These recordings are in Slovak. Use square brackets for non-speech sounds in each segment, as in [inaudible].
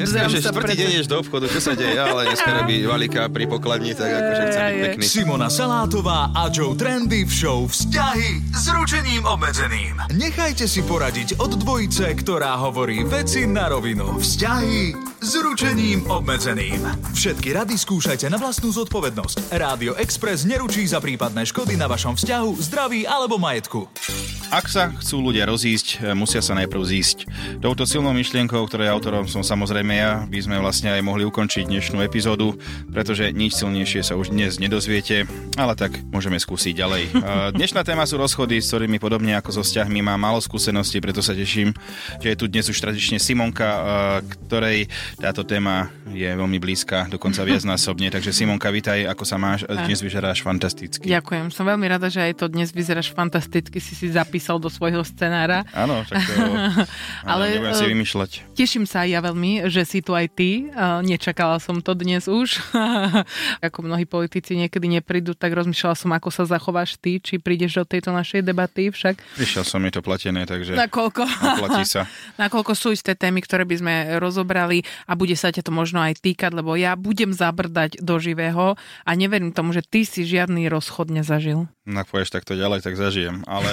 obzerám že sa štvrtý deň pred... ješ do obchodu, čo sa deje, ale dneska robí valika pri pokladni, tak akože chce byť Ej, ej. pekný. Simona Salátová a Joe Trendy v show Vzťahy s ručením obmedzeným. Nechajte si poradiť od dvojice, ktorá hovorí veci na rovinu. Vzťahy s ručením obmedzeným. Všetky rady skúšajte na vlastnú zodpovednosť. Rádio Express neručí za prípadné škody na vašom vzťahu, zdraví alebo majetku. Ak sa chcú ľudia rozísť, e, musia sa najprv zísť. Touto silnou myšlienkou, ktorej autorom som samozrejme ja, by sme vlastne aj mohli ukončiť dnešnú epizódu, pretože nič silnejšie sa už dnes nedozviete, ale tak môžeme skúsiť ďalej. E, Dnešná téma sú rozchody, s ktorými podobne ako so vzťahmi má málo skúseností, preto sa teším, že je tu dnes už tradične Simonka, e, ktorej táto téma je veľmi blízka, dokonca viacnásobne. Takže Simonka, vitaj, ako sa máš? Dnes vyzeráš fantasticky. Ďakujem, som veľmi rada, že aj to dnes vyzeráš fantasticky, si si zapísal do svojho scenára. Áno, však [laughs] to... Ale, Ale, nebudem si e, vymýšľať. Teším sa aj ja veľmi, že si tu aj ty. Eh, Nečakala som to dnes už. [laughs] ako mnohí politici niekedy neprídu, tak rozmýšľala som, ako sa zachováš ty, či prídeš do tejto našej debaty však. Prišiel som, je to platené, takže Nakoľko, oplatí sa. [laughs] nakoľko sú isté témy, ktoré by sme rozobrali a bude sa ťa to možno aj týkať, lebo ja budem zabrdať do živého a neverím tomu, že ty si žiadny rozchod nezažil. Ak pôjdeš takto ďalej, tak zažijem. [laughs] Ale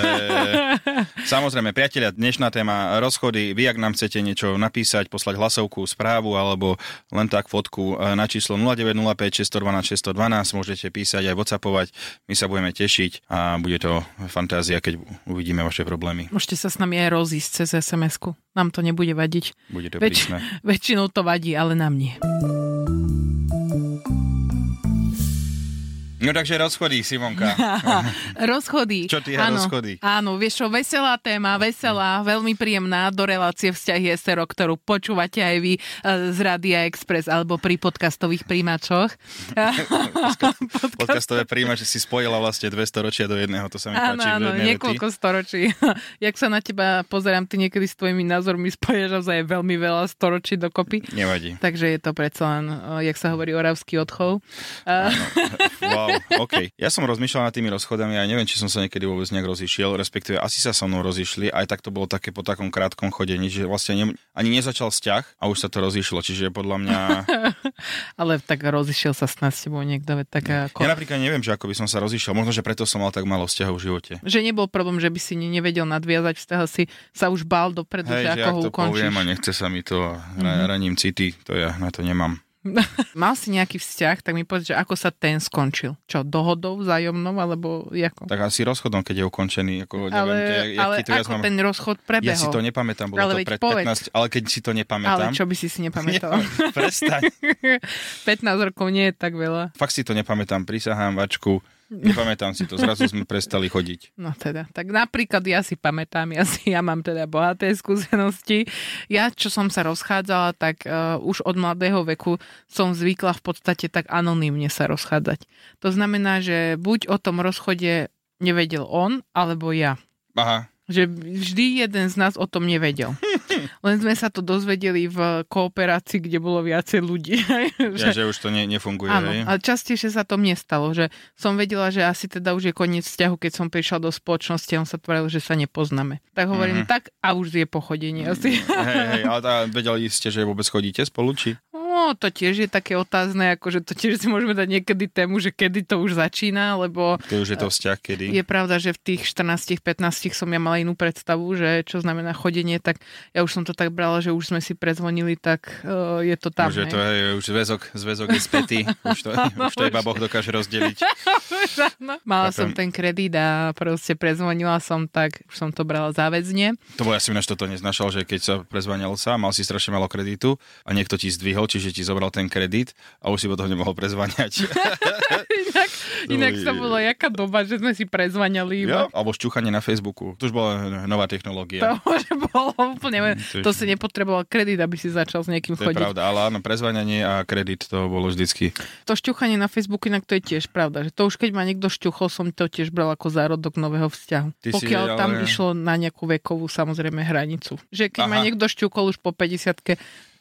samozrejme, priatelia, dnešná téma rozchody. Vy, ak nám chcete niečo napísať, poslať hlasovku, správu alebo len tak fotku e, na číslo 0905 612 612, môžete písať aj whatsappovať. My sa budeme tešiť a bude to fantázia, keď uvidíme vaše problémy. Môžete sa s nami aj rozísť cez SMS-ku. Nám to nebude vadiť. Bude to Väč- prísne. väčšinou to vadí, ale nám nie. No takže [laughs] rozchodí, Simonka. Rozchody. Čo ty a áno, rozchody? Hm. Áno, vieš čo, veselá téma, veselá, veľmi príjemná do relácie vzťahy SRO, ktorú počúvate aj vy e, z Radia Express alebo pri podcastových príjimačoch. Podcastové príjma, že si spojila vlastne dve storočia do jedného, to sa mi Áno, páči. v áno, jednej vety. niekoľko storočí. [laughs] Jak sa na teba pozerám, ty niekedy s tvojimi názormi spájaš naozaj veľmi veľa storočí dokopy. Nevadí. Takže je to predsa len, e, jak sa hovorí, oravský odchov. E, Wow, OK. Ja som rozmýšľal nad tými rozchodami a neviem, či som sa niekedy vôbec nejak rozišiel, respektíve asi sa so mnou rozišli, aj tak to bolo také po takom krátkom chodení, že vlastne ne, ani nezačal vzťah a už sa to rozišlo, čiže podľa mňa... [laughs] Ale tak rozišiel sa s nás s tebou niekto, veď taká... Ja napríklad neviem, že ako by som sa rozišiel, možno, že preto som mal tak málo vzťahov v živote. že nebol problém, že by si ne- nevedel nadviazať vzťah, si sa už bál dopredu, že Hej, že ako ak ho to ukončíš. Mhm. poviem a nechce sa mi to, a ra- raním city, to ja na to nemám. Mal si nejaký vzťah, tak mi povedz, že ako sa ten skončil. Čo, dohodou vzájomnou, alebo ako? Tak asi rozchodom, keď je ukončený, ako neviem, ale to je- ale jaký to ja ako mám... ten rozchod prebehol? Ja si to nepamätám, bolo Ale to veď pred povedz. 15, ale keď si to Ale nepamätám... [laughs] čo by si si nepamätal? Prestaň. 15 rokov nie je tak veľa. Fakt si to nepamätám, prisahám vačku, nepamätám si to, zrazu sme prestali chodiť. No teda, tak napríklad ja si pamätám, ja, si, ja mám teda bohaté skúsenosti. Ja, čo som sa rozchádzala, tak uh, už od mladého veku som zvykla v podstate tak anonymne sa rozchádzať. To znamená, že buď o tom rozchode nevedel on, alebo ja. Aha, Že vždy jeden z nás o tom nevedel. Len sme sa to dozvedeli v kooperácii, kde bolo viacej ľudí. [laughs] ja, že už to ne, nefunguje. Áno, hej? ale častejšie sa to mne stalo, že som vedela, že asi teda už je koniec vzťahu, keď som prišla do spoločnosti a on sa tváril, že sa nepoznáme. Tak hovorím, Mhm. tak a už je pochodenie asi. Hej, hej, ale tá, vedeli ste, že vôbec chodíte spolu, či? [laughs] No, to tiež je také otázne, akože to tiež si môžeme dať niekedy tému, že kedy to už začína, lebo To už je to vzťah, kedy? je pravda, že v tých 14-15 som ja mala inú predstavu, že čo znamená chodenie, tak ja už som to tak brala, že už sme si prezvonili, tak eh, je to tam. už je to [laughs] hej. hej, už zväzok, zväzok je spätý, už [laughs] to, už to iba Boh dokáže rozdeliť. No, Mala Chápem. som ten kredit a proste prezvonila som, tak už som to brala záväzne. To bolo, ja som ináč toto neznašal, že keď sa prezvanial sám, mal si strašne malo kreditu a niekto ti zdvihol, čiže ti zobral ten kredit a už si potom nemohol prezvaniať. Inak, Inak to bolo jaká doba, že sme si prezvaňali iba. Ja? Alebo šťuchanie na Facebooku. To už bola nová technológia. To že bolo úplne... Mm, To je- To si nepotreboval kredit, aby si začal s niekým To je chodiť. pravda, ale áno, prezvaňanie a kredit to bolo vždycky. To šťuchanie na Facebooku, inak to je tiež pravda. Že to už keď ma niekto šťuchol, som to tiež bral ako zárodok nového vzťahu. Ty si, Pokiaľ tam ale- išlo na nejakú vekovú samozrejme hranicu. Že keď ma Aha. niekto šťuchol už po 50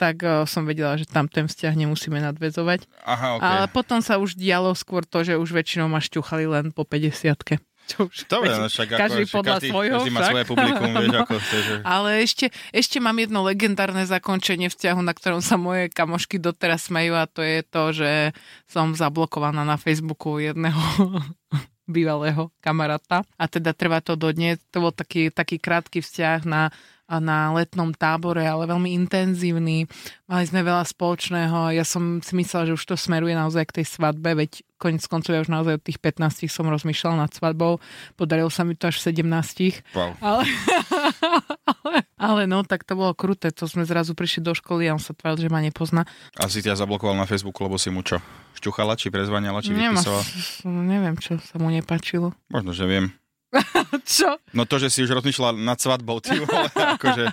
tak eh, som vedela, že tam ten vzťah nemusíme nadvezovať. Aha, ok. Ale potom sa už dialo skôr to, že už väčšinou ma šťuchali len po 50 Čo už Dobre, väčšinou- no však každý ako, však podľa každý, svojho. Každý má však. svoje publikum, vieš, [laughs] No. ako to, že... Ale ešte, ešte mám jedno legendárne zakončenie vzťahu, na ktorom sa moje kamošky doteraz smejú a to je to, že som zablokovaná na Facebooku jedného [laughs] bývalého kamaráta. A teda trvá to do dne. To bol taký, taký krátky vzťah na, a na letnom tábore, ale veľmi intenzívny. Mali sme veľa spoločného. Ja som si myslela, že už to smeruje naozaj k tej svadbe, veď konec koncov ja už naozaj od tých 15 som rozmýšľala nad svadbou. Podarilo sa mi to až v 17. Wow. Ale, [laughs] ale, ale no, tak to bolo kruté, to sme zrazu prišli do školy a on sa tváril, že ma nepozná. A si ťa zablokoval na Facebooku, lebo si mu čo? Šťuchala, či prezvaňala, či No, Nemá, vypísala? neviem, čo sa mu nepačilo. [laughs] Možno, že viem. Čo? No to, že si už rozmýšľala nad svadbou, ty [laughs] vole, akože...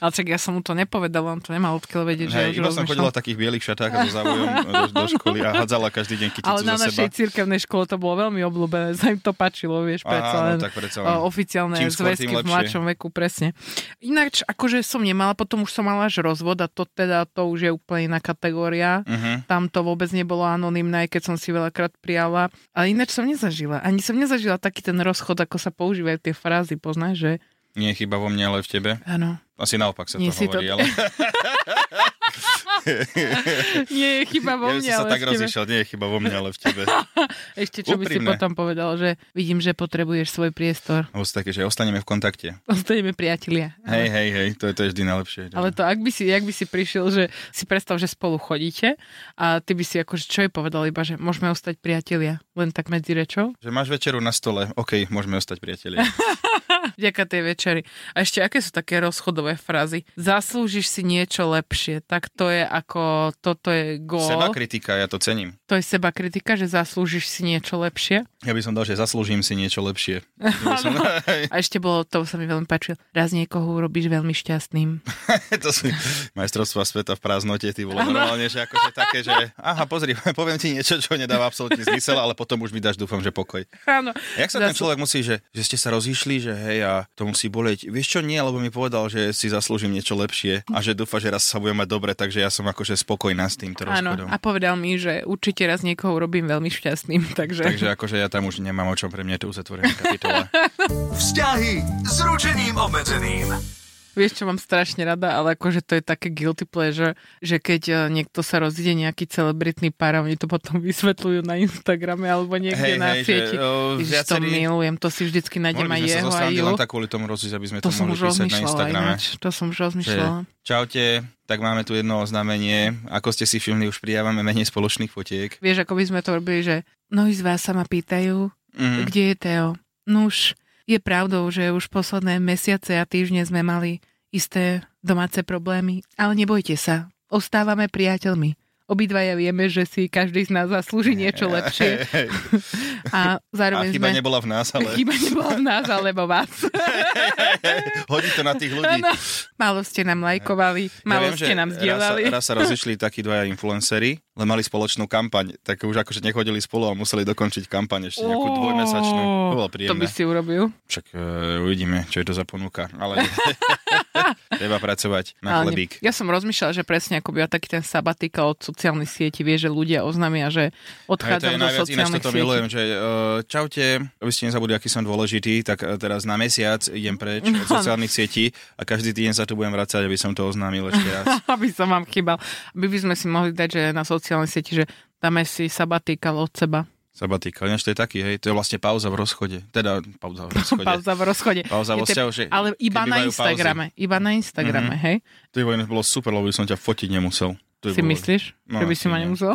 Ale čak ja som mu to nepovedala, on to nemal odkiaľ vedieť, že ja Hej, už iba som rozmýšľam. chodila v takých bielých šatách a so závojom do, [laughs] do školy a hádzala každý deň kyticu Ale na za našej seba. cirkevnej škole to bolo veľmi obľúbené, [laughs] sa im to pačilo, vieš, predsa Aha, no, len. tak predsa len. o, oficiálne Čím skôr, zväzky tým v lepšie. mladšom veku, presne. Ináč, akože som nemala, potom už som mala až rozvod a to teda, to už je úplne iná kategória. Mhm. tam to vôbec nebolo anonimné, aj keď som si veľakrát prijala. Ale ináč som nezažila. Ani som nezažila taký ten rozchod, ako sa používajú tie frázy, poznáš, že? Nie je chyba vo mne, ale v tebe. Áno. Asi naopak sa Nie to si to- hovorí, ale [laughs] Nie je chyba [laughs] vo ja by mne, som sa ale tak v tebe. rozišiel, nie je chyba vo mne, ale v tebe. Ešte čo by si Úprimné. potom povedal, že vidím, že potrebuješ svoj priestor. [laughs] Alebo sú také, že ostaneme v kontakte. Ostaneme priatelia. Hej, hej, hej, to je, to je vždy najlepšie. Ale to, ak by, si, ak by si prišiel, že si predstav, že spolu chodíte a ty by si akože čo jej povedal, iba že môžeme ostať priatelia, len tak medzi rečou. Že máš večeru na stole, OK, môžeme ostať [laughs] priatelia. Vďaka tej večeri. A ešte, aké sú také rozchodové frázy? Zaslúžiš si niečo lepšie. Tak to je ako, toto je gól. Seba kritika, ja to cením. to je seba kritika, že zaslúžiš si niečo lepšie. Ja by som dal, že zaslúžim si niečo [laughs] lepšie. Ja by som- [laughs] A ešte bolo, to sa mi veľmi páčilo, raz niekoho urobíš veľmi [laughs] šťastným. to sú majstrovstva sveta v prázdnote, ty vole, normálne, že akože také, že aha, pozri, [laughs] poviem ti niečo, čo nedáva absolútne zmysel, ale potom už mi dáš, dúfam, že pokoj. Áno. Jak sa ten človek musí, že, že ste sa rozišli, že hej, a to musí boleť. Vieš čo, nie, lebo mi povedal, že si zaslúžim niečo lepšie a že dúfa, že raz sa budem mať dobre, takže ja som akože spokojná s no. týmto Áno, rozchodom. a povedal mi, že určite raz niekoho urobím veľmi šťastným, [laughs] takže... Takže akože ja tam už nemám o čom, pre mňa je to uzatvorená [laughs] kapitola. Vzťahy s ručením obmedzeným. Vieš, čo mám strašne rada, ale akože to je také guilty pleasure, že keď e, niekto sa rozíde nejaký celebritný pár a oni to potom [laughs] vysvetľujú na Instagrame alebo niekde Hej, na hej, že, sieti. o, Ježiš, to viacerí- milujem, to si vždycky nájdem aj Mohli by sme jeho sa zo a strany ju. len tak kvôli tomu rozísť, aby sme To to, som už mohli písať na rozmýšľala Instagrame. ináč. To som už Že, rozmýšľala. čaute, tak máme tu jedno oznámenie. Ako ste si všimli, už pridávame menej spoločných fotiek. Vieš, ako by sme to robili, že mnohí z vás sa ma pýtajú, Mm. kde je Teo. Nuž, je pravdou, že už posledné mesiace a týždne sme mali isté domáce problémy, ale nebojte sa, ostávame priateľmi. Obidvaja vieme, že si každý z nás zaslúži niečo lepšie a A zároveň chyba sme... [laughs] nebola v nás, ale Chyba nebola v nás alebo vás. hodí to na [laughs] tých ľudí. Áno. Málo ste nám lajkovali, málo ste nám zdieľali. Raz, sa- raz sa rozišli takí dvaja influenceri, len mali spoločnú kampaň, tak už akože nechodili spolu a museli dokončiť kampaň ešte nejakú Ó, dvojmesačnú. To bolo To by príjemné. si urobil. Však e, uvidíme, čo je to za ponuka, [laughs] ale treba pracovať na Ale chlebík. nie. Ja som rozmýšľala, že presne ako býva taký ten sabatikal od sociálnych sietí, vie, že ľudia oznámia, že Hej, to odchádzam je do najviac ináč, sociálnych toto sietí. milujem, že uh, čaute, aby ste nezabudli, aký som dôležitý, tak uh, teraz na mesiac idem preč od No. sociálnych sietí a každý týden sa tu budem vracať, aby som to oznámil ešte [laughs] raz. [laughs] Aby som vám chýbal. Aby by sme si mohli dať, že na sociálnej sieti, že dáme si sabatikal od seba. Sabatika, ináč to je taký, hej, to je vlastne pauza v rozchode, teda pauza v rozchode. [laughs] Pauza v rozchode. Pauza vo Je to- vzťahu, že Ale iba keď na bývajú pauzy. Instagrame. Iba na Instagrame, hej? To je bolo super, lebo by som ťa fotiť nemusel. To je Si bolo- myslíš, No, že by asi si ma nie. nemusel?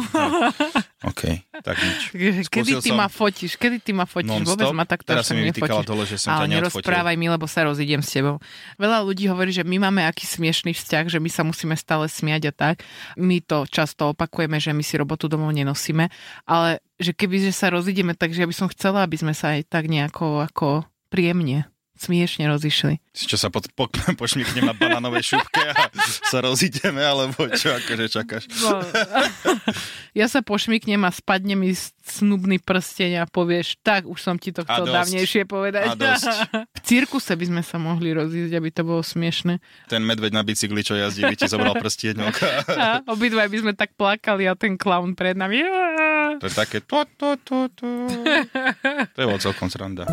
OK, tak nič. Takže Kedy Skúsil ty som- ma fotíš? Kedy ty ma fotíš? Non-stop. Vôbec ma takto až Teraz tak si mi vytýkala nefotíš. dole, že som ťa Ale neodfotil. nerozprávaj mi, lebo sa rozídem s tebou. Veľa ľudí hovorí, že my máme aký smiešný vzťah, že my sa musíme stále smiať a tak. My to často opakujeme, že my si robotu domov nenosíme, ale že keby že sa rozídeme, takže ja by som chcela, aby sme sa aj tak nejako ako príjemne, smiešne rozišli. Si Čo sa pod, po, [laughs] pošmiknem na banánovej šupke a sa rozídeme, alebo čo akože čakáš? No. ja sa pošmiknem a spadne mi snubný prsteň a povieš, tak už som ti to A chcel dosť. dávnejšie povedať. A dosť. V cirkuse by sme sa mohli rozísť, aby to bolo smiešne. Ten medveď na bicykli, čo jazdí, by ti zobral prstieňok. A obidva by sme tak plakali a ten clown pred nami. To je také to, to, to, to. To je bol celkom sranda.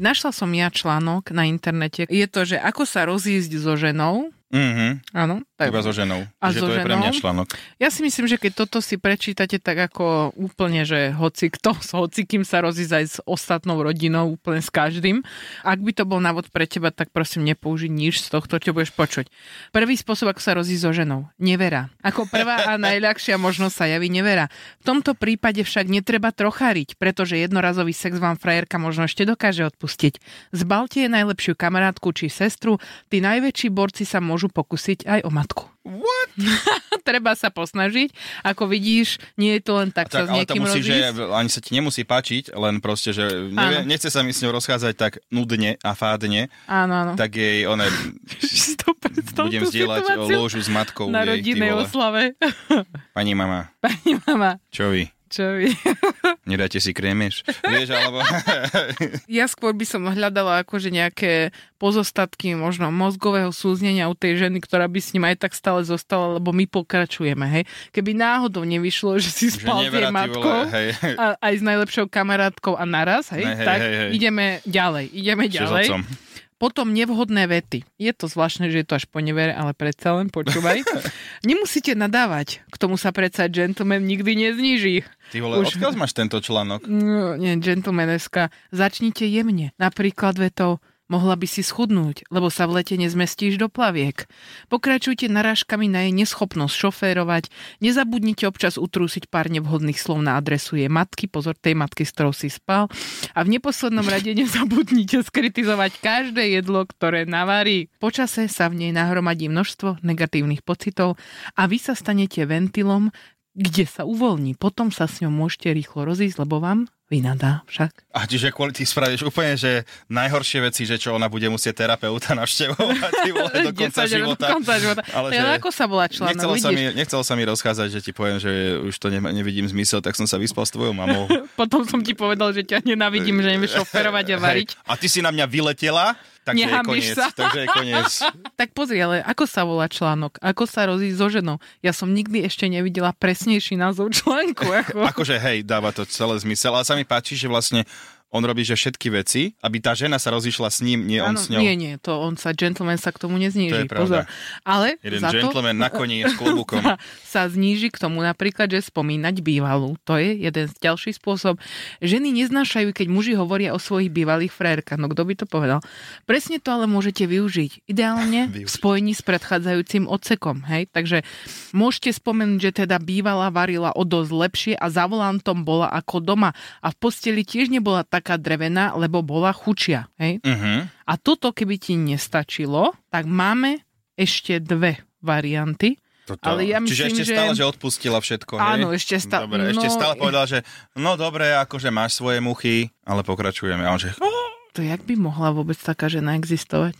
Našla som ja článok na internete. Je to, že ako sa rozísť so ženou. Mhm, Áno. tak- iba so ženou. A že so to je pre mňa ženou? článok. Ja si myslím, že keď toto si prečítate tak ako úplne, že hoci kto s hocikým sa rozísť aj s ostatnou rodinou, úplne s každým. Ak by to bol návod pre teba, tak prosím nepoužiť nič z tohto, čo budeš počuť. Prvý spôsob, ako sa rozísť so ženou. Nevera. Ako prvá a najľahšia možnosť sa javí nevera. V tomto prípade však netreba trochariť, pretože jednorazový sex vám frajerka možno ešte dokáže odpustiť. Zbalte jej najlepšiu kamarátku či sestru, tí najväčší borci sa môžu pokúsiť aj o matku What? treba sa posnažiť. Ako vidíš, nie je to len tak, sa Tak, s ale to niekým musí, že rozísť. ani sa ti nemusí páčiť, len proste, že Áno. nevie, nechce sa mi s ňou rozchádzať tak nudne a fádne, Áno, áno. [laughs] tak jej, one, Si to predstav, budem tú zdieľať situáciu lôžu s matkou na jej, ty rodinnej vole. oslave. [laughs] Pani mama, Pani mama, čo vy? čo vy? Nedáte si krémeš? Vieš, alebo... [laughs] Ja skôr by som hľadala akože nejaké pozostatky možno mozgového súznenia u tej ženy, ktorá by s ním aj tak stále zostala, lebo my pokračujeme, hej. Keby náhodou nevyšlo, že si že spal s jej nevera, ty vole, matkou, hej. [laughs] a aj s najlepšou kamarátkou a naraz, hej, Ne, hej, tak hej, hej. ideme ďalej, ideme Ešte s ďalej. otcom. Potom nevhodné vety. Je to zvláštne, že je to až po nevere, ale predsa len počúvaj. Nemusíte nadávať. K tomu sa predsa gentleman nikdy nezniží. Ty vole, Už- odkiaľ máš tento článok? No, nie, gentlemaneska. Začnite jemne. Napríklad vetou Mohla by si schudnúť, lebo sa v lete nezmestíš do plaviek. Pokračujte narážkami na jej neschopnosť šoférovať. Nezabudnite občas utrúsiť pár nevhodných slov na adresu jej matky, pozor tej matky, s ktorou si spal. A v [laughs] neposlednom rade nezabudnite skritizovať každé jedlo, ktoré navarí. Počase sa v nej nahromadí množstvo negatívnych pocitov a vy sa stanete ventilom, kde sa uvoľní. Potom sa s ňou môžete rýchlo rozísť, lebo vám vynadá však. A čiže kvôli ty spravíš úplne, že najhoršie veci, že čo ona bude musieť terapeuta navštevovať, ty vole, [laughs] 10 do konca rokov, života. Do konca života. [laughs] Ale Ale že- ako sa volá článok, Nechcelo sa, vidíš? mi, nechcelo sa mi rozchádzať, že ti poviem, že už to ne, nevidím zmysel, tak som sa vyspal s tvojou [laughs] mamou. Potom som ti povedal, že ťa nenávidím, že nevieš operovať a variť. Hej, a ty si na mňa vyletela, takže je Nehambíš koniec. sa. Takže je [laughs] koniec. Tak pozri, ale ako sa volá článok? Ako sa rozísť so ženou? Ja som nikdy ešte nevidela presnejší názov článku. [laughs] Ako... Akože hej, dáva to celé zmysel. Ale sa mi páči, že vlastne on robí, že všetky veci, aby tá žena sa rozišla s ním, nie on Áno, s ňou. Nie, nie, to on sa, gentleman sa k tomu nezníži. To je pravda. Pozor. Ale Jeden za to gentleman nakoniec klobúkom. [laughs] sa, sa zníži k tomu napríklad, že spomínať bývalú. To je jeden z ďalší spôsob. Ženy neznášajú, keď muži hovoria o svojich bývalých frajerkách. No kto by to povedal? Presne to ale môžete využiť. [laughs] Ideálne v Využiť. spojení s predchádzajúcim odsekom. Hej? Takže môžete spomenúť, že teda bývalá varila o dosť lepšie a za volantom bola ako doma. A v posteli tiež nebola taká drevená, lebo bola chučia. Hej? Mhm. A toto, keby ti nestačilo, tak máme ešte dve varianty. Toto. Ale ja Čiže myslím, ešte že- stále, že odpustila všetko, Áno, hej? ešte stále- Dobre, ešte no- stále povedala, že no dobre, akože máš svoje muchy, ale pokračujeme. A on No, že, To jak by mohla vôbec taká žena existovať?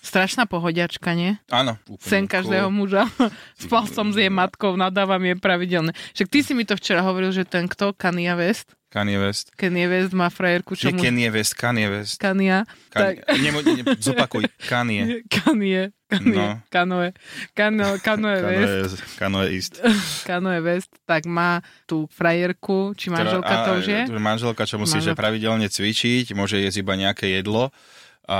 Strašná pohodiačka, nie? áno. úplne Sen cool. každého muža. [laughs] Spal som s jej matkou, nadávam je pravidelne. Však ty si mi to včera hovoril, že ten kto? Kanye West? Kanye West. Kanye West má frajerku, čo Čiže mu... Kanye West, Kanye West. Kanye. Kanye. [laughs] Tak, Nemo, ne, zopakuj, [laughs] Kanye. Kanye. Kanye. No. Kanoe. Kano, Kanoe West. Kanye, Kanye East. Kanoe West. Tak má tú frajerku, či manželka Ktorá- to á, už je? Teda, Manželka, čo musí že Manželka. pravidelne cvičiť, môže jesť iba nejaké jedlo a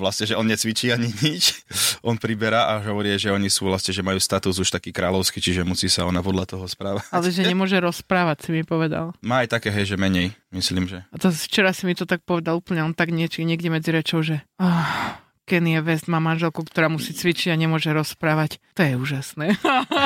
vlastne, že on necvičí ani nič. [laughs] On priberá a hovorí, že oni sú vlastne, že majú status už taký kráľovský, čiže musí sa ona podľa toho správať. Ale že nemôže rozprávať, si mi povedal. Má aj také, hej, že menej, myslím, že. A to včera si mi to tak povedal úplne, on tak nieči, niekde medzi rečou, že oh, Kenie West má manželku, ktorá musí cvičiť a nemôže rozprávať. To je úžasné.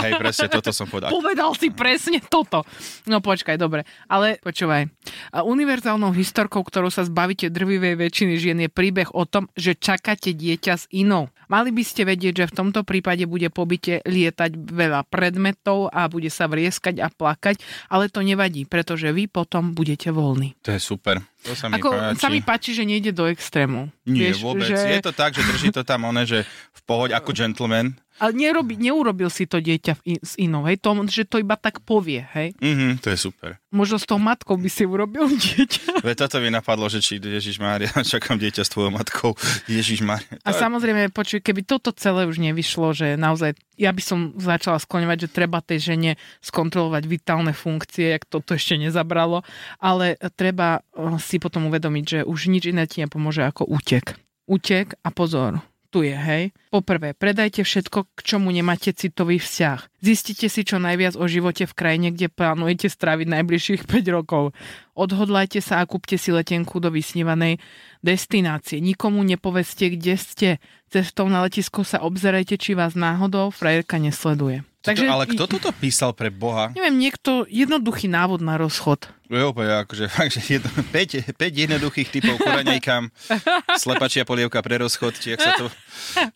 Hej, presne toto som povedal. Povedal si presne toto. No počkaj, dobre. Ale počúvaj. A Univerzálnou historkou, ktorou sa zbavíte drvivej väčšiny žien, je príbeh o tom, že čakáte dieťa s inou. Mali by ste vedieť, že v tomto prípade bude pobyte lietať veľa predmetov a bude sa vrieskať a plakať, ale to nevadí, pretože vy potom budete voľní. To je super. To sa mi Ako, páči. sa mi páči, že nejde do extrému. Nie, Vieš, vôbec. Že... Je to tak, že drží to tam one, že v pohode, ako gentleman. Ale nerobi, neurobil si to dieťa v in, s inou, hej? To, že to iba tak povie, hej? Mhm, to je super. Možno s tou matkou by si urobil [laughs] dieťa. Veď toto mi napadlo, že či Ježiš Mária, [laughs] čakám dieťa s tvojou matkou. Ježiš Mária. A samozrejme, počuj, keby toto celé už nevyšlo, že naozaj, ja by som začala skloňovať, že treba tej žene skontrolovať vitálne funkcie, ak toto ešte nezabralo, ale treba eh, si potom uvedomiť, že už nič iné ti nepomôže ako útek. Útek a pozor, tu je, hej. Poprvé, predajte všetko, k čomu nemáte citový vzťah. Zistite si čo najviac o živote v krajine, kde plánujete stráviť najbližších 5 rokov. Odhodlajte sa a kúpte si letenku do vysnívanej destinácie. Nikomu nepoveste, kde ste. Cestou na letisko sa obzerajte, či vás náhodou frajerka nesleduje. Takže... Ale kto toto písal pre Boha? Neviem, niekto, jednoduchý návod na rozchod. Jo, úplne, akože [laughs] fakt, že jedno, 5, 5 jednoduchých typov koraňajkám, [laughs] slepačia polievka pre rozchod, či ak sa to...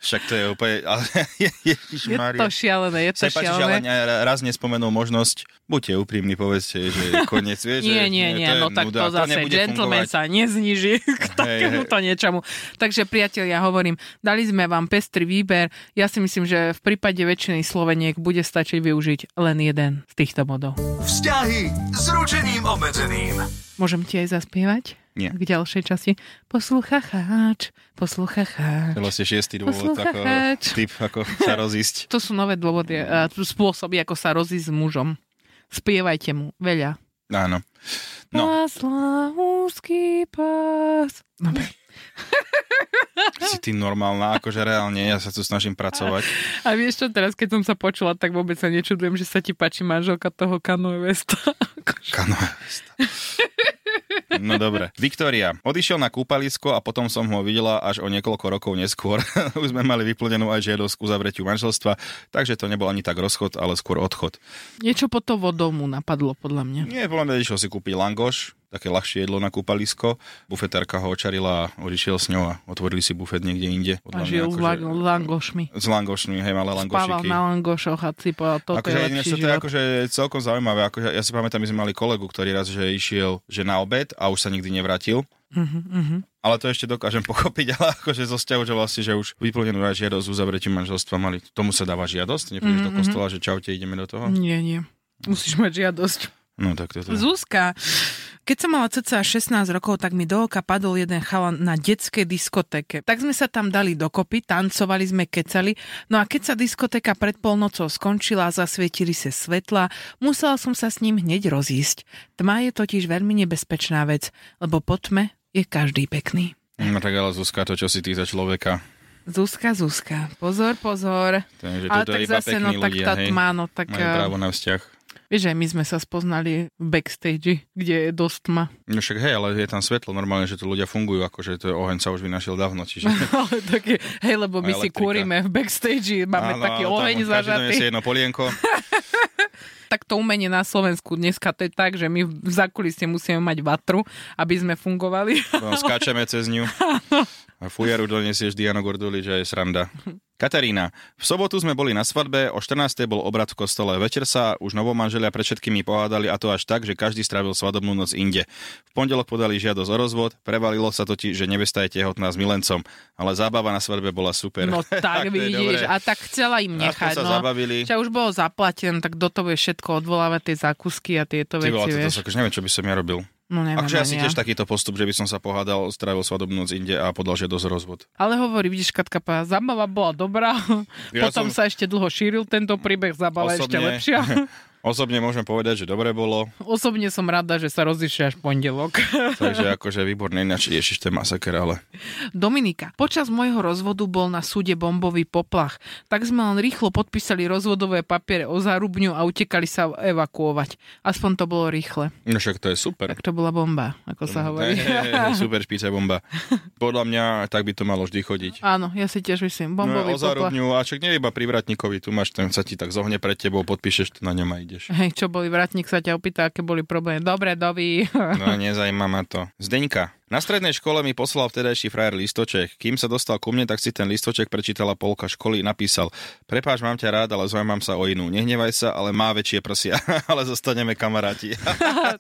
Však to je úplne... Ale, [laughs] je, Ježiš Je to Mária. šialené, je to Sa mi páči, že ale šialené. ne- raz nespomenul možnosť, buďte úprimní, povedzte, že je koniec, vieš, že- Nie, nie, nie, to je no tak nuda, to zase, nebude gentleman sa fungovať. nezniží [laughs] k takémuto niečomu. Takže priatelia, ja hovorím, dali sme vám pestrý výber, ja si myslím, že v prípade väčšiny Sloveniek bude stačiť využiť len jeden z týchto bodov. Vzťahy s ručením obmedzeným. Môžem ti aj zaspievať? Nie. K ďalšej časti. Poslucha cháč, poslucha cháč. To je vlastne šiestý dôvod, ako Poslucháč. typ, ako sa rozísť. To sú nové dôvody, a tu spôsoby, ako sa rozísť s mužom. Spievajte mu veľa. Áno. No, Pásla úzky pás. No, Dobre. si ty normálna, akože reálne, ja sa tu snažím pracovať. A vieš čo, teraz keď som sa počula, tak vôbec sa nečudujem, že sa ti páči manželka toho Kanoe Vesta. Akože- Kanoista. [laughs] No dobre. Viktória. Odišiel na kúpalisko a potom som ho videla až o niekoľko rokov neskôr. [laughs] Už sme mali vyplnenú aj žiadosť k uzavretiu manželstva, takže to nebol ani tak rozchod, ale skôr odchod. [laughs] Niečo po to vodou mu napadlo, podľa mňa. Nie, podľa mňa išiel si kúpiť langoš, také ľahšie jedlo na kúpalisko. Bufetárka ho očarila a odišiel s ňou a otvorili si bufet niekde inde. Podľa A mňa žil akože- lang- langošmi. S langošmi, hej, malé Spával langošiky. na langošoch a si povedal, toto akože, je ináč lepší to je život. akože celkom zaujímavé. Akože, ja si pamätám, my sme mali kolegu, ktorý raz, že išiel že na obed a už sa nikdy nevrátil. Mhm, mhm. Ale to ešte dokážem [laughs] pochopiť, ale akože zo vzťahu, že vlastne, že už vyplnenú aj žiadosť o uzavretí manželstva mali. Tomu sa dáva žiadosť, neprídeš mm-hmm. do kostola, že čaute, ideme do toho. Nie, nie. Musíš mať žiadosť. No tak to je. Zuzka, keď som mala cca 16 rokov, tak mi do oka padol jeden chalan na detskej diskotéke. Tak sme sa tam dali dokopy, tancovali sme, kecali. No a keď sa diskotéka pred polnocou skončila a zasvietili sa svetla, musela som sa s ním hneď rozísť. Tma je totiž veľmi nebezpečná vec, lebo po tme je každý pekný. No tak ale Zuzka, to čo si ty za človeka. Zuzka, Zuzka, pozor, pozor. Takže Ale tak toto je iba zase, pekní no tak ľudia, tá hej. tma, no tak... Majú právo na vzťah. Vieš, aj my sme sa spoznali v backstage, kde je dosť tma. No však hej, ale je tam svetlo, normálne, že tu ľudia fungujú, akože to je oheň sa už vynašiel dávno, čiže... Ale také, hej, lebo my A si elektrika. kúrime v backstage, [laughs] máme Áno, taký áno, tam oheň každý donesie zažatý. jedno polienko. Tak to umenie na Slovensku dneska to je tak, že my v zákulisí musíme mať vatru, aby sme fungovali. [laughs] No, skáčeme cez ňu. A fujaru donesieš Diano Gorduli, že je sranda. Katarína, v sobotu sme boli na svadbe, o 14. bol obrad v kostole. Večer sa už novomanželia pred všetkými pohádali a to až tak, že každý strávil svadobnú noc inde. V pondelok podali žiadosť o rozvod, prevalilo sa totiž, že nevesta je tehotná s milencom, ale zábava na svadbe bola super. No tak [laughs] to je vidíš, dobré. a tak chcela im Aspoň nechať. sa No. zabavili. Čo už bolo zaplatené, tak do toho je všetko odvolávať tie zákusky a tieto Ty veci, vole, toto vieš. sa, akože neviem, čo by som ja robil. No neviem, Akože asi ani tiež takýto postup, že by som sa pohádal, strávil svadobnú noc inde a podal žiadosť o rozvod. Ale hovorí, vidíš, Katka, povedala, zabava bola dobrá, [laughs] Ja potom som- [laughs] sa ešte dlho šíril tento príbeh, zabava ešte lepšia. Osobne môžem povedať, že dobre bolo, Osobne som rada, že sa rozišli až v pondelok. takže akože výborné, ináč ježiš, to je masaker, ale Dominika, počas môjho rozvodu bol na súde bombový poplach. Tak sme len rýchlo podpísali rozvodové papiere o zárubňu a utekali sa evakuovať. Aspoň to bolo rýchle. no však to je super. Tak to bola bomba, ako Mm, sa hovorí. Hej, hej, hej, super špica bomba. Podľa mňa tak by to malo vždy chodiť. Áno, ja si tiež myslím, bombový No, o poplach. zárobňu, a čak nie iba pri vratníkovi, tu máš, ten sa ti tak zohne pred tebou, podpíšeš to na ňom a ideš. Hej, čo boli, vratník sa ťa opýta, aké boli problémy. Dobre, dovi. [laughs] No nezajíma ma to. Zdeňka. Na strednej škole mi poslal vtedajší frajer listoček. Kým sa dostal ku mne, tak si ten listoček prečítala polka školy napísal Prepáč, mám ťa rád, ale zaujímam sa o inú. Nehnevaj sa, ale má väčšie prsia, [laughs] ale zostaneme kamaráti.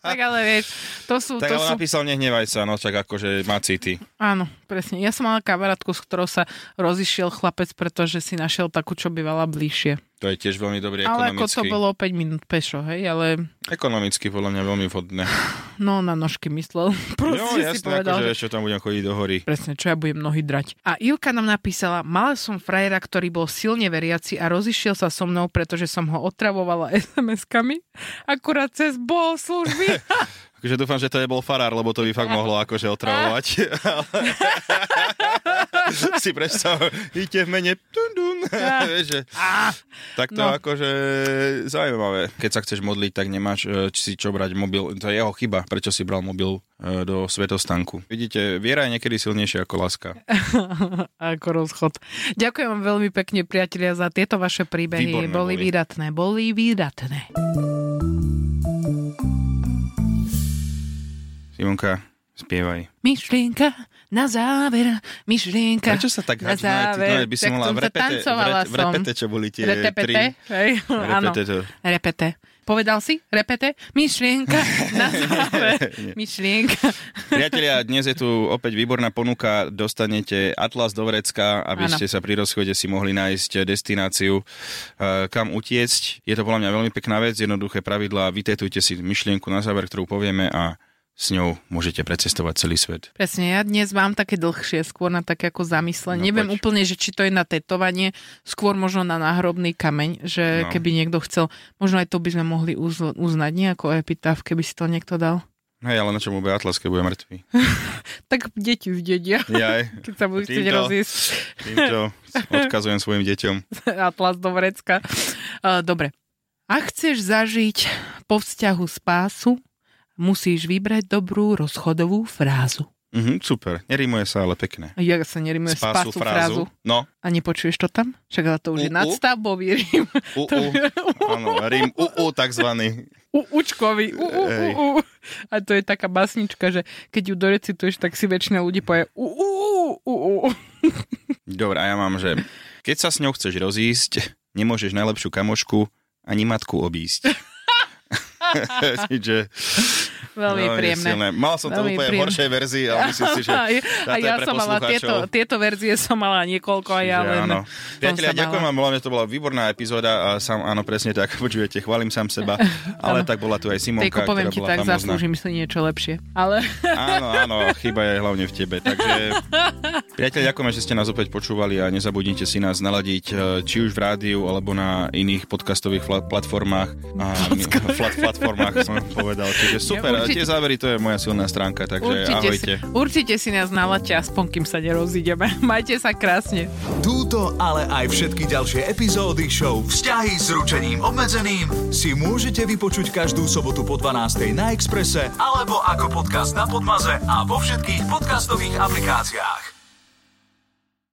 tak ale vieš, to sú... tak No to sú... ale napísal Nehnevaj sa, no čak akože má city. Áno, presne. Ja som mala kamarátku, s ktorou sa rozišiel chlapec, pretože si našiel takú, čo bývala bližšie. To je tiež veľmi dobrý Ale ako to ekonomicky. bolo 5 minút pešo, hej, ale Ekonomicky podľa mňa veľmi vhodné. no na nožky myslel. No [laughs] Proste si jasné, povedal, akože že ešte tam budem chodiť do hory. presne, čo ja budem nohy drať. A Ilka nám napísala, mala som frajera, ktorý bol silne veriaci a rozišiel sa so mnou, pretože som ho otravovala [laughs] SMS-kami, akurát cez bol [laughs] služby. Takže Akože dúfam, že to nebol farár, lebo to by fakt mohlo akože otravovať. [laughs] si predstav, idete v mene, dun, dun. [laughs] Vieš, že, tak to no. akože zaujímavé. Keď sa chceš modliť, tak nemáš e, či si čo brať mobil. To je jeho chyba, prečo si bral mobil e, do svetostanku. Vidíte, viera je niekedy silnejšia ako láska. ako rozchod. Ďakujem vám veľmi pekne, priatelia, za tieto vaše príbehy. Výborné boli, boli. výdatné, boli výdatné. Simonka, spievaj. Myšlienka na záver, myšlienka Prečo sa tak na hádžeš? No, ty- no, záver. by si Tak mohla som v sa repete, v tancovala re- v repete, čo boli tie tri. Repete, hej, [laughs] áno. Repete to. Repete. Povedal si? Repete? [laughs] Myšlienka na záver. myšlienka. Priatelia, dnes je tu opäť výborná ponuka. Dostanete Atlas do Vrecka, Áno. aby ano. ste sa pri rozchode si mohli nájsť destináciu, eh, kam utiecť. Je to podľa mňa veľmi pekná vec, jednoduché pravidlá. Vytetujte si myšlienku na záver, ktorú povieme a s ňou môžete precestovať celý svet. Presne, ja dnes mám také dlhšie, skôr na také ako zamyslenie. No, Neviem poď. úplne, že či to je na tetovanie, skôr možno na náhrobný kameň, že No. keby niekto chcel, možno aj to by sme mohli uzl- uznať nejako epitaf, keby si to niekto dal. Hej, ale na čom bude Atlas, keď bude mŕtvy? Tak deti zdedia, Jaj, [laughs] keď sa budú chcieť Týmto. rozísť. [laughs] týmto odkazujem svojim deťom. Atlas do vrecka. Eh, Dobre. Ak chceš zažiť po vzťahu spásu, musíš vybrať dobrú rozchodovú frázu. Mhm, super, nerímuje sa, ale pekné. Ja sa nerímujem spásu, spásu frázu. No, A nepočuješ to tam? Však ale to už je U, u. nadstavbový rím. u, To u. je- Áno, Rím, u, u, takzvaný. [laughs] U, učkový. U, u, u, Ej. u. A to je taká basnička, že keď ju dorecituješ, tak si väčšina ľudí povie u, u, u, u, u. Dobre, a ja mám, že keď sa s ňou chceš rozísť, nemôžeš najlepšiu kamošku ani matku [laughs] obísť. Čiže, Veľmi veľmi príjemné. silné. Mal som to Veľmi úplne v príjemné. horšej verzii, ale myslím si, že a táto [laughs] a je ja pre som mala poslucháčov. tieto, tieto verzie som mala niekoľko a ja Čiže len... áno. som Priatelia, sa mala. ďakujem vám, bola mňa to bola výborná epizóda a sám, áno, presne tak, [laughs] počujete, chválim sám seba, [laughs] ale Áno. tak bola tu aj Tejko, Simonka, poviem ktorá ti bola tak, famózna. zaslúžim si niečo lepšie. Ale Áno, áno, chyba je hlavne v tebe. Takže, priatelia, ďakujeme, že ste nás opäť počúvali a nezabudnite si nás naladiť e, či už v rádiu alebo na iných podcastových fla- platformách. A, Podca- flat, platformách som povedal. Čiže super, Ja ja, určite- tie závery to je moja silná stránka, takže určite si, ahojte. určite si nás naladte, aspoň kým sa nerozídeme. [laughs] Majte sa krásne. Túto, ale aj všetky ďalšie epizódy show Vzťahy s ručením obmedzeným si môžete vypočuť každú sobotu po 12. na Exprese alebo ako podcast na Podmaze a vo všetkých podcastových aplikáciách.